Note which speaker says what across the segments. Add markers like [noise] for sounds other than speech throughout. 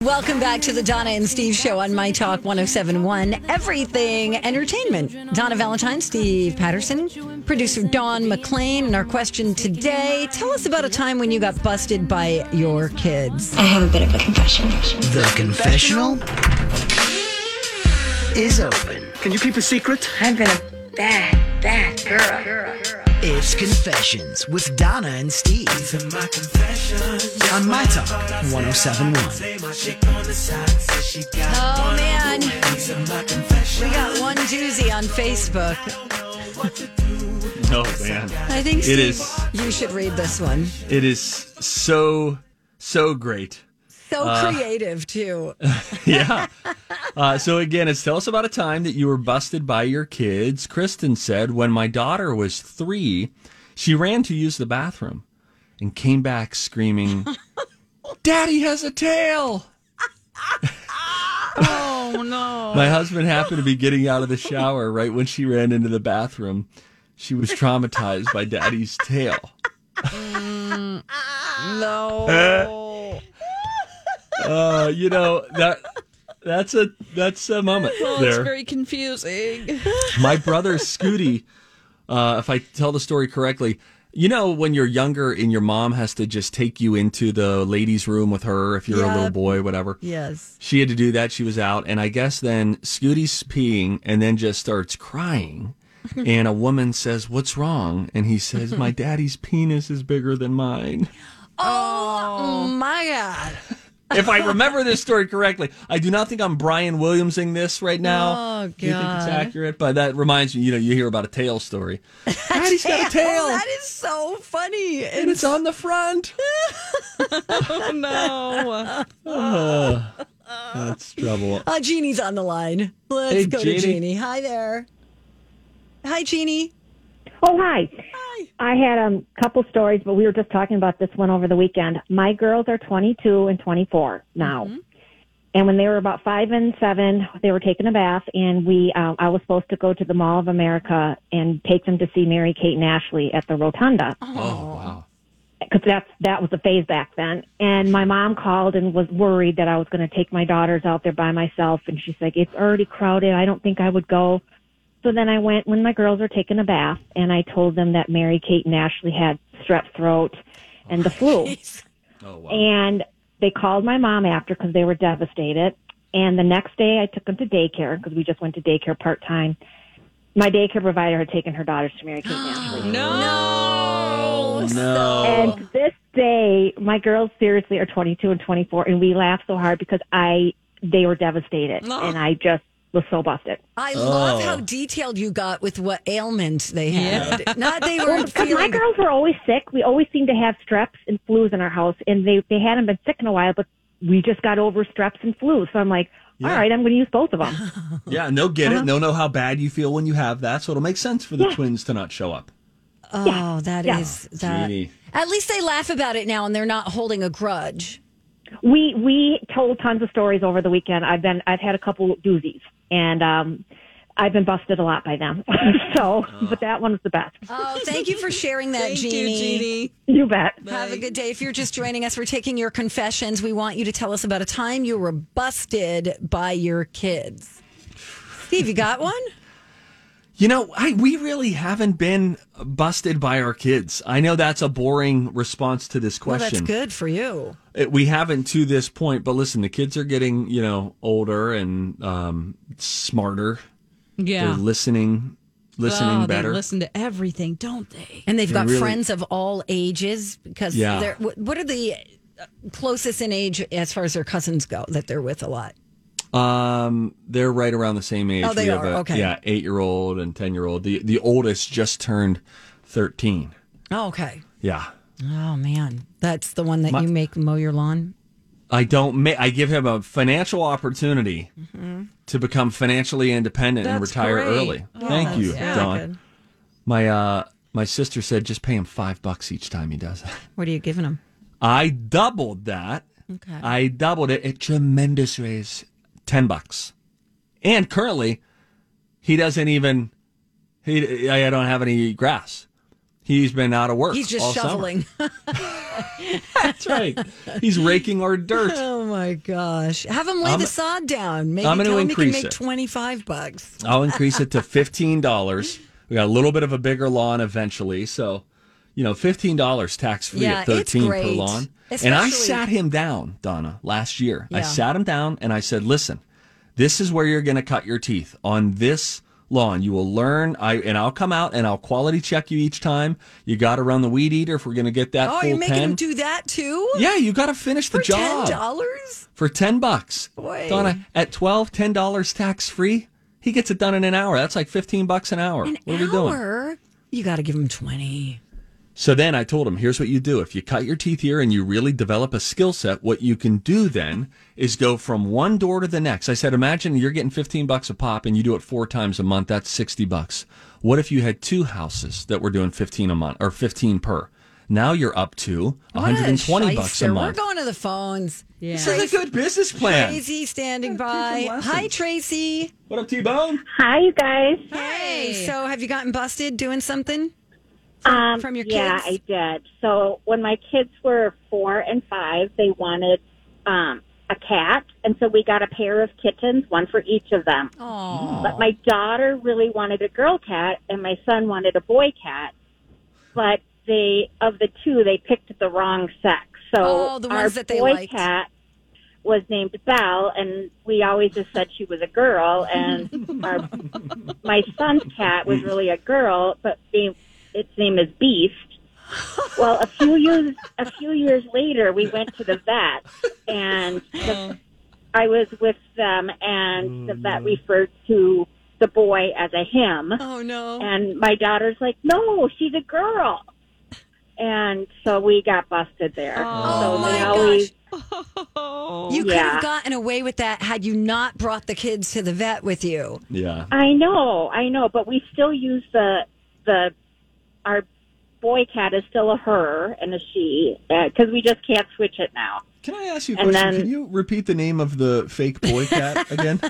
Speaker 1: Welcome back to the Donna and Steve show on My Talk 1071, Everything Entertainment. Donna Valentine, Steve Patterson, producer Dawn McLean, and our question today tell us about a time when you got busted by your kids.
Speaker 2: I have a bit of a confession.
Speaker 3: The confessional is open.
Speaker 4: Can you keep a secret?
Speaker 2: I've been a
Speaker 1: Oh,
Speaker 2: bad, bad girl.
Speaker 3: It's Confessions with Donna and Steve. On My Talk 1071.
Speaker 1: Oh, man. We got one doozy on Facebook.
Speaker 5: Oh man,
Speaker 1: I think Steve,
Speaker 5: It is.
Speaker 1: you should read this one.
Speaker 5: it is so so great.
Speaker 1: So
Speaker 5: Uh,
Speaker 1: creative, too.
Speaker 5: Yeah. Uh, so again, it's tell us about a time that you were busted by your kids. Kristen said, "When my daughter was three, she ran to use the bathroom and came back screaming,
Speaker 6: [laughs]
Speaker 5: "Daddy has a tail!"
Speaker 6: Oh, no.
Speaker 5: My husband happened to be getting out of the shower right when she ran into the bathroom. She was traumatized by Daddy's tail.
Speaker 6: Mm,
Speaker 1: No.
Speaker 5: [laughs] Uh, you know that that's a that's a moment
Speaker 6: Oh,
Speaker 5: there.
Speaker 7: confusing.
Speaker 5: my brother Scooty, uh, if I tell the story correctly, you know when you're younger and your mom has to just take you into the ladies' room with her if you're a little
Speaker 1: Yep.
Speaker 5: boy, whatever.
Speaker 1: yes.
Speaker 5: She had to do that. She was out, and I guess then Scooty's peeing and then just starts crying. and a woman says, "What's wrong?" And he says, "My daddy's penis is bigger than mine."
Speaker 1: Oh, my God.
Speaker 5: If I remember this story correctly, I do not think I'm Brian Williamsing this right now.
Speaker 1: Oh,
Speaker 5: Do you think it's
Speaker 1: God.
Speaker 5: accurate? But that reminds me, you know, you hear about a tail story. Daddy's got a tail.
Speaker 1: That is so funny.
Speaker 5: and it's on the front.
Speaker 7: Oh no.
Speaker 5: Ah, That's trouble.
Speaker 1: Uh, Jeannie's on the line. Let's
Speaker 5: Hey,
Speaker 1: go to
Speaker 5: Jeannie.
Speaker 1: Jeannie. Hi there. Hi, Jeannie.
Speaker 8: Oh, hi.
Speaker 1: Hi.
Speaker 8: I had a couple stories, but we were just talking about this one over the weekend. My girls are 22 and 24 now. And when they were about five and seven, they were taking a bath, and we uh, I was supposed to go to the Mall of America and take them to see Mary Kate and Ashley at the Rotunda
Speaker 5: Oh wow.
Speaker 8: because that's that was the phase back then. And my mom called and was worried that I was going to take my daughters out there by myself, and she's like, "It's already crowded. I don't think I would go." So then I went when my girls were taking a bath, and I told them that Mary Kate and Ashley had strep throat and the flu.
Speaker 5: Oh wow.
Speaker 8: And they called my mom after because they were devastated. And the next day I took them to daycare because we just went to daycare part time. My daycare provider had taken her daughters to Mary Kate and Ashley.
Speaker 5: no.
Speaker 8: And to this day, my girls seriously are 22 and 24, and we laugh so hard because I they were devastated, and I just was so busted.
Speaker 1: I
Speaker 5: Oh.
Speaker 1: love how detailed you got with what ailment they had. Not they
Speaker 8: Well,
Speaker 1: were
Speaker 8: because my
Speaker 1: feeling.
Speaker 8: girls were always sick. We always seemed to have streps and flus in our house, and they they hadn't been sick in a while, but we just got over streps and flus. So I'm like, all right, I'm going to use both of them.
Speaker 5: Yeah, and they'll get it. and They'll know how bad you feel when you have that, so it'll make sense for the twins to not show up.
Speaker 1: Oh, that is that.
Speaker 5: Jeannie.
Speaker 1: At least they laugh about it now, and they're not holding a grudge.
Speaker 8: we we told tons of stories over the weekend. I've been I've had a couple doozies, and um, I've been busted a lot by them. [laughs] so, but that one was the best.
Speaker 1: Oh, thank you for sharing that, Jeannie.
Speaker 8: You bet.
Speaker 1: Have a good day. If you're just joining us, we're taking your confessions. We want you to tell us about a time you were busted by your kids. Steve, you got one?
Speaker 5: You know, I we really haven't been busted by our kids. I know that's a boring response to this
Speaker 1: Well,
Speaker 5: question.
Speaker 1: Oh, that's good for you.
Speaker 5: It- Uh, we haven't to this point, but listen, the kids are getting you know older and um, smarter.
Speaker 7: Yeah.
Speaker 5: They're listening, listening
Speaker 7: oh,
Speaker 5: better.
Speaker 7: They listen to everything, don't they?
Speaker 1: And they've got
Speaker 5: really-
Speaker 1: friends of all ages because
Speaker 5: Yeah.
Speaker 1: they're, wh- what are the uh, closest in age as far as their cousins go that they're with a lot?
Speaker 5: Um, they're right around the same age.
Speaker 1: Oh, they
Speaker 5: we have
Speaker 1: are.
Speaker 5: a,
Speaker 1: Okay.
Speaker 5: Yeah, eight year old and ten year old. The the oldest just turned thirteen.
Speaker 1: Oh, okay.
Speaker 5: Yeah.
Speaker 1: Oh, man. That's the one that you make mow your lawn?
Speaker 5: I don't. Ma- I give him a financial opportunity to become financially independent and
Speaker 7: Mm-hmm. That's
Speaker 5: retire
Speaker 7: great.
Speaker 5: early.
Speaker 7: Oh,
Speaker 5: Thank
Speaker 7: that's
Speaker 5: you,
Speaker 7: really
Speaker 5: Don.
Speaker 7: good.
Speaker 5: My uh, my sister said just pay him five bucks each time he does that.
Speaker 1: What are you giving them?
Speaker 5: I doubled that.
Speaker 1: Okay.
Speaker 5: I doubled it. A tremendous raise, ten bucks, and currently, he doesn't even. He I don't have any grass. He's been out of work.
Speaker 1: He's
Speaker 5: all
Speaker 1: just
Speaker 5: summer.
Speaker 7: [laughs]
Speaker 1: shoveling. [laughs]
Speaker 5: That's right. He's raking our dirt.
Speaker 1: oh, my gosh. Have him lay
Speaker 5: I'm-
Speaker 1: the sod down. Maybe
Speaker 5: I'm gonna
Speaker 1: tell him he can
Speaker 5: increase
Speaker 1: make
Speaker 5: it.
Speaker 1: 25 bucks.
Speaker 5: I'll increase it to fifteen dollars. We got a little bit of a bigger lawn eventually, so you know, fifteen dollars tax free
Speaker 1: Yeah,
Speaker 5: at
Speaker 1: it's
Speaker 5: thirteen per
Speaker 1: great.
Speaker 5: lawn. and I
Speaker 1: Especially-
Speaker 5: sat him down, Donna, last year. I
Speaker 1: Yeah.
Speaker 5: sat him down and I said, "Listen, this is where you're going to cut your teeth on this." lawn you will learn i and i'll come out and i'll quality check you each time you got to run the weed eater if we're going to get that
Speaker 1: Oh,
Speaker 5: full
Speaker 1: you're making
Speaker 5: 10
Speaker 1: him do that too?
Speaker 5: yeah you got to finish the
Speaker 1: For
Speaker 5: job
Speaker 1: $10?
Speaker 5: for 10 bucks.
Speaker 1: Boy.
Speaker 5: Donna, at 12, $10 tax free. He gets it done in an hour. That's like 15 bucks an hour.
Speaker 1: An
Speaker 5: what
Speaker 1: hour?
Speaker 5: are we doing?
Speaker 1: You got to give him 20.
Speaker 5: So then I told him, here's what you do. If you cut your teeth here and you really develop a skill set, what you can do then is go from one door to the next. I said, imagine you're getting 15 bucks a pop and you do it four times a month. That's 60 bucks. What if you had two houses that were doing 15 a month or 15 per? Now you're up to
Speaker 1: What a
Speaker 5: 120 bucks
Speaker 1: shyster.
Speaker 5: a month.
Speaker 1: We're going to the phones.
Speaker 7: Yeah.
Speaker 5: this is a good business plan.
Speaker 1: Tracy
Speaker 7: [laughs]
Speaker 1: standing by.
Speaker 5: lessons.
Speaker 1: Hi, Tracy.
Speaker 5: What up, T-Bone?
Speaker 8: Hi, you guys.
Speaker 1: Hey. So, have you gotten busted doing something?
Speaker 8: um,
Speaker 1: from your
Speaker 8: yeah,
Speaker 1: kids?
Speaker 8: I did. So when my kids were four and five, they wanted um, a cat, and so we got a pair of kittens, one for each of them.
Speaker 1: Oh.
Speaker 8: But my daughter really wanted a girl cat, and my son wanted a boy cat. But they, of the two, they picked the wrong sex. So
Speaker 1: Oh, the
Speaker 8: our
Speaker 1: ones that they
Speaker 8: boy
Speaker 1: liked.
Speaker 8: cat was named Belle, and we always just said she was a girl.
Speaker 1: [laughs]
Speaker 8: And our, my son's cat was really a girl, but name, its name is Beast. Well, a few years a few years later, we went to the vet, and the I was with them, and the vet referred to the boy as a him.
Speaker 1: Oh, no.
Speaker 8: And my daughter's like, no, she's a girl. And so we got busted there.
Speaker 7: Oh,
Speaker 8: so
Speaker 1: my
Speaker 8: they always,
Speaker 7: Oh.
Speaker 1: You could
Speaker 8: yeah.
Speaker 1: have gotten away with that had you not brought the kids to the vet with you.
Speaker 5: Yeah.
Speaker 8: I know, I know, but we still use the, the, our boy cat is still a her and a she, because we just can't switch it now.
Speaker 5: Can I ask you a
Speaker 8: And
Speaker 5: question?
Speaker 8: then-
Speaker 5: Can you repeat the name of the fake boy cat again?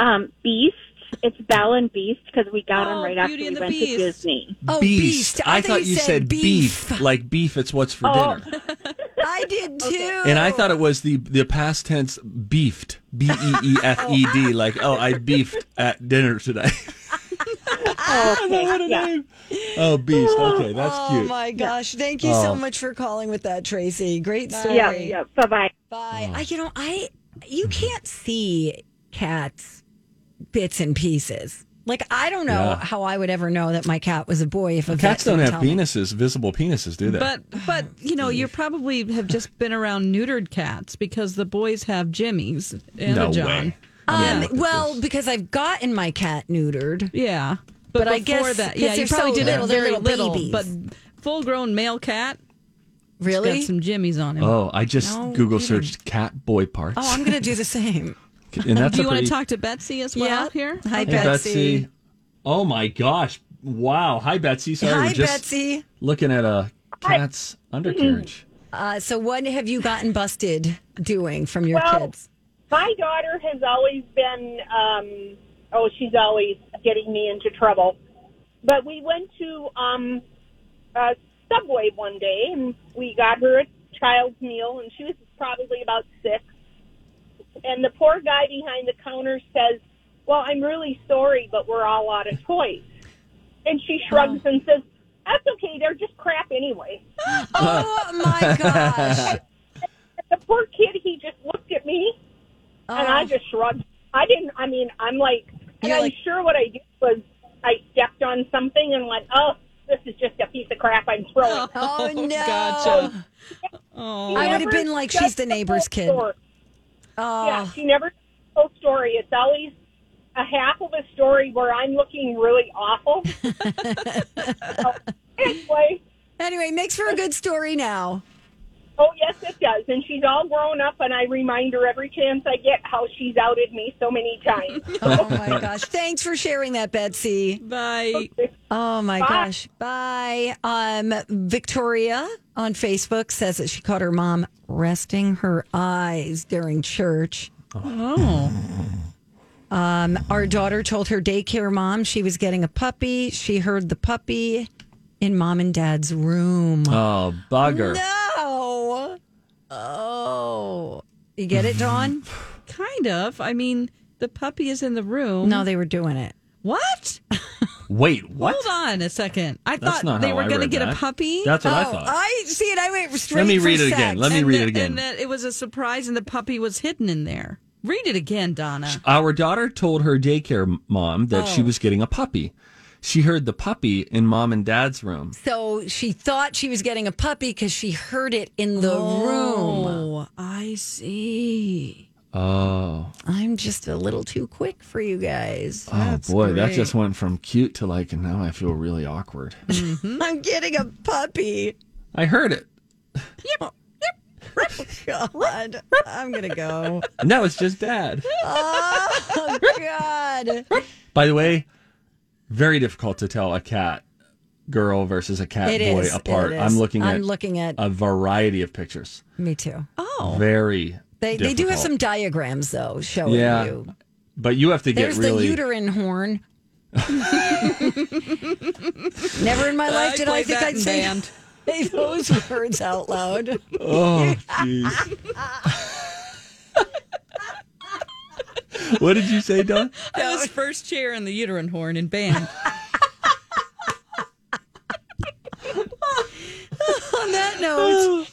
Speaker 8: Um, Beast. It's Belle and Beast because we got
Speaker 7: Oh,
Speaker 8: them right after
Speaker 7: Beauty
Speaker 8: we
Speaker 7: and the
Speaker 8: went
Speaker 7: Beast.
Speaker 8: to Disney.
Speaker 1: Oh, beast.
Speaker 5: I, thought you said, beef.
Speaker 1: beef.
Speaker 5: like beef. It's what's for
Speaker 8: Oh.
Speaker 5: dinner.
Speaker 1: I did too.
Speaker 5: And I thought it was the the past tense beefed, b e e f e d. Like oh, I beefed at dinner [laughs] today.
Speaker 8: Okay, yeah.
Speaker 5: Oh, beast. Okay, that's
Speaker 1: Oh
Speaker 5: cute.
Speaker 1: my gosh! Thank you
Speaker 5: Oh.
Speaker 1: so much for calling with that, Tracy. Great story.
Speaker 8: Yeah, yeah. Bye bye.
Speaker 1: Bye.
Speaker 5: Mm.
Speaker 1: I, you know, I you
Speaker 5: Mm-hmm.
Speaker 1: can't see cats bits and pieces. Like I don't know
Speaker 5: Yeah.
Speaker 1: how I would ever know that my cat was a boy if a
Speaker 5: Cats
Speaker 1: vet
Speaker 5: don't
Speaker 1: didn't
Speaker 5: have
Speaker 1: tell me.
Speaker 5: penises, visible penises, do they?
Speaker 7: But
Speaker 5: Oh,
Speaker 7: but you know you probably
Speaker 5: [laughs]
Speaker 7: have just been around neutered cats because the boys have Jimmys and
Speaker 5: no
Speaker 7: a John.
Speaker 5: way.
Speaker 1: Um, well, because I've gotten my cat neutered.
Speaker 7: Yeah,
Speaker 1: But I
Speaker 7: before
Speaker 1: guess
Speaker 7: that,
Speaker 1: 'cause
Speaker 7: yeah,
Speaker 1: they're
Speaker 7: you probably
Speaker 1: so
Speaker 7: did
Speaker 1: little,
Speaker 7: it
Speaker 1: they're
Speaker 7: very
Speaker 1: little
Speaker 7: little.
Speaker 1: babies.
Speaker 7: But full-grown male cat
Speaker 1: Really?
Speaker 7: got some Jimmys on him.
Speaker 5: oh, I just
Speaker 1: No
Speaker 5: Google
Speaker 1: kidding.
Speaker 5: searched cat boy parts,
Speaker 1: oh, I'm gonna do the
Speaker 5: [laughs]
Speaker 1: same.
Speaker 5: and that's a
Speaker 7: Do you want
Speaker 5: pretty-
Speaker 7: to talk to Betsy as well
Speaker 1: Yeah.
Speaker 7: here?
Speaker 1: Hi,
Speaker 7: Okay. [laughs]
Speaker 5: Hey,
Speaker 1: Betsy.
Speaker 5: Betsy. Oh my gosh! Wow. Hi, Betsy. Sorry,
Speaker 1: Hi,
Speaker 5: we're Oh, just
Speaker 1: Betsy.
Speaker 5: looking at a cat's undercarriage.
Speaker 1: Uh, so, what have you gotten busted doing from your
Speaker 4: Well,
Speaker 1: kids?
Speaker 4: My daughter has always been, um, oh, she's always getting me into trouble. But we went to um, uh, Subway one day and we got her a child's meal, and she was probably about six. And the poor guy behind the counter says,
Speaker 8: Well, I'm really sorry, but we're all out of toys. And she shrugs and says, That's okay. They're just crap anyway.
Speaker 1: Oh my gosh.
Speaker 8: The poor kid, he just looked at me and I just shrugged. I didn't, I mean, I'm like, and
Speaker 1: Oh. You're
Speaker 8: I'm
Speaker 1: like-
Speaker 8: sure what I did was I stepped on something and went, Oh, this is just a piece of crap I'm throwing.
Speaker 1: Oh, no.
Speaker 7: Gotcha.
Speaker 1: I
Speaker 7: Oh,
Speaker 1: would have
Speaker 8: Never
Speaker 1: been like,
Speaker 8: does
Speaker 1: she's the neighbor's
Speaker 8: full
Speaker 1: kid.
Speaker 8: story.
Speaker 1: Oh,
Speaker 8: Yeah, she never tells the whole story. It's always a half of a story where I'm looking really
Speaker 1: [laughs]
Speaker 8: awful. So, anyway,
Speaker 1: Anyway, makes for a good story now.
Speaker 8: oh yes, it does. And she's all grown up, and I remind her every chance I get how she's outed me so many times.
Speaker 1: Oh my gosh. Thanks for sharing that, Betsy.
Speaker 7: bye.
Speaker 1: Oh my gosh. Bye. Um, Victoria on Facebook says that she caught her mom resting her eyes during church.
Speaker 7: Oh,
Speaker 1: Um, our daughter told her daycare mom she was getting a puppy. She heard the puppy in mom and dad's room.
Speaker 5: Oh, bugger.
Speaker 1: No. Oh. You get it, Dawn?
Speaker 7: [sighs] kind of. I mean, the puppy is in the room.
Speaker 1: no, they were doing it.
Speaker 7: What?
Speaker 5: Wait, what?
Speaker 7: Hold on a second. I
Speaker 5: That's
Speaker 7: thought
Speaker 5: not
Speaker 7: they
Speaker 5: how
Speaker 7: were
Speaker 5: I
Speaker 7: going to
Speaker 5: read
Speaker 7: get a
Speaker 5: that.
Speaker 7: puppy.
Speaker 5: That's what I
Speaker 1: oh,
Speaker 5: thought.
Speaker 1: I see it. I went straight.
Speaker 5: Let me
Speaker 1: for
Speaker 5: read it again.
Speaker 1: sex.
Speaker 5: Let me
Speaker 7: And
Speaker 5: read
Speaker 7: that-
Speaker 5: it again.
Speaker 7: And that it was a surprise, and the puppy was hidden in there. Read it again, Donna.
Speaker 5: Our daughter told her daycare mom that
Speaker 1: Oh.
Speaker 5: she was getting a puppy. She heard the puppy in mom and dad's room.
Speaker 1: So she thought she was getting a puppy because she heard it in the room.
Speaker 7: Oh, I see.
Speaker 5: Oh,
Speaker 1: I'm just a little too quick for you guys.
Speaker 5: oh boy, that just went from cute to like, and now I feel really awkward.
Speaker 1: I'm getting a puppy.
Speaker 5: I heard it.
Speaker 1: Oh, God, I'm gonna go.
Speaker 5: No, it's just dad.
Speaker 1: Oh God.
Speaker 5: By the way, very difficult to tell a cat girl versus a cat
Speaker 1: It
Speaker 5: boy
Speaker 1: is,
Speaker 5: apart.
Speaker 1: it is.
Speaker 5: I'm looking at
Speaker 1: I'm looking at-
Speaker 5: a variety of pictures.
Speaker 1: Me too.
Speaker 7: Oh,
Speaker 5: Very.
Speaker 1: They they do have
Speaker 5: difficult.
Speaker 1: some diagrams though showing
Speaker 5: Yeah.
Speaker 1: you.
Speaker 5: but you have to get
Speaker 1: There's
Speaker 5: really.
Speaker 1: the uterine
Speaker 5: [laughs]
Speaker 1: horn. Never in my life did I,
Speaker 7: played
Speaker 1: think
Speaker 7: that
Speaker 1: I'd
Speaker 7: in
Speaker 1: say
Speaker 7: band.
Speaker 1: say [laughs] those words out loud. [laughs]
Speaker 5: Oh, jeez. [laughs] what did you say, Don?
Speaker 7: That was first chair in the uterine horn in band.
Speaker 1: On that note,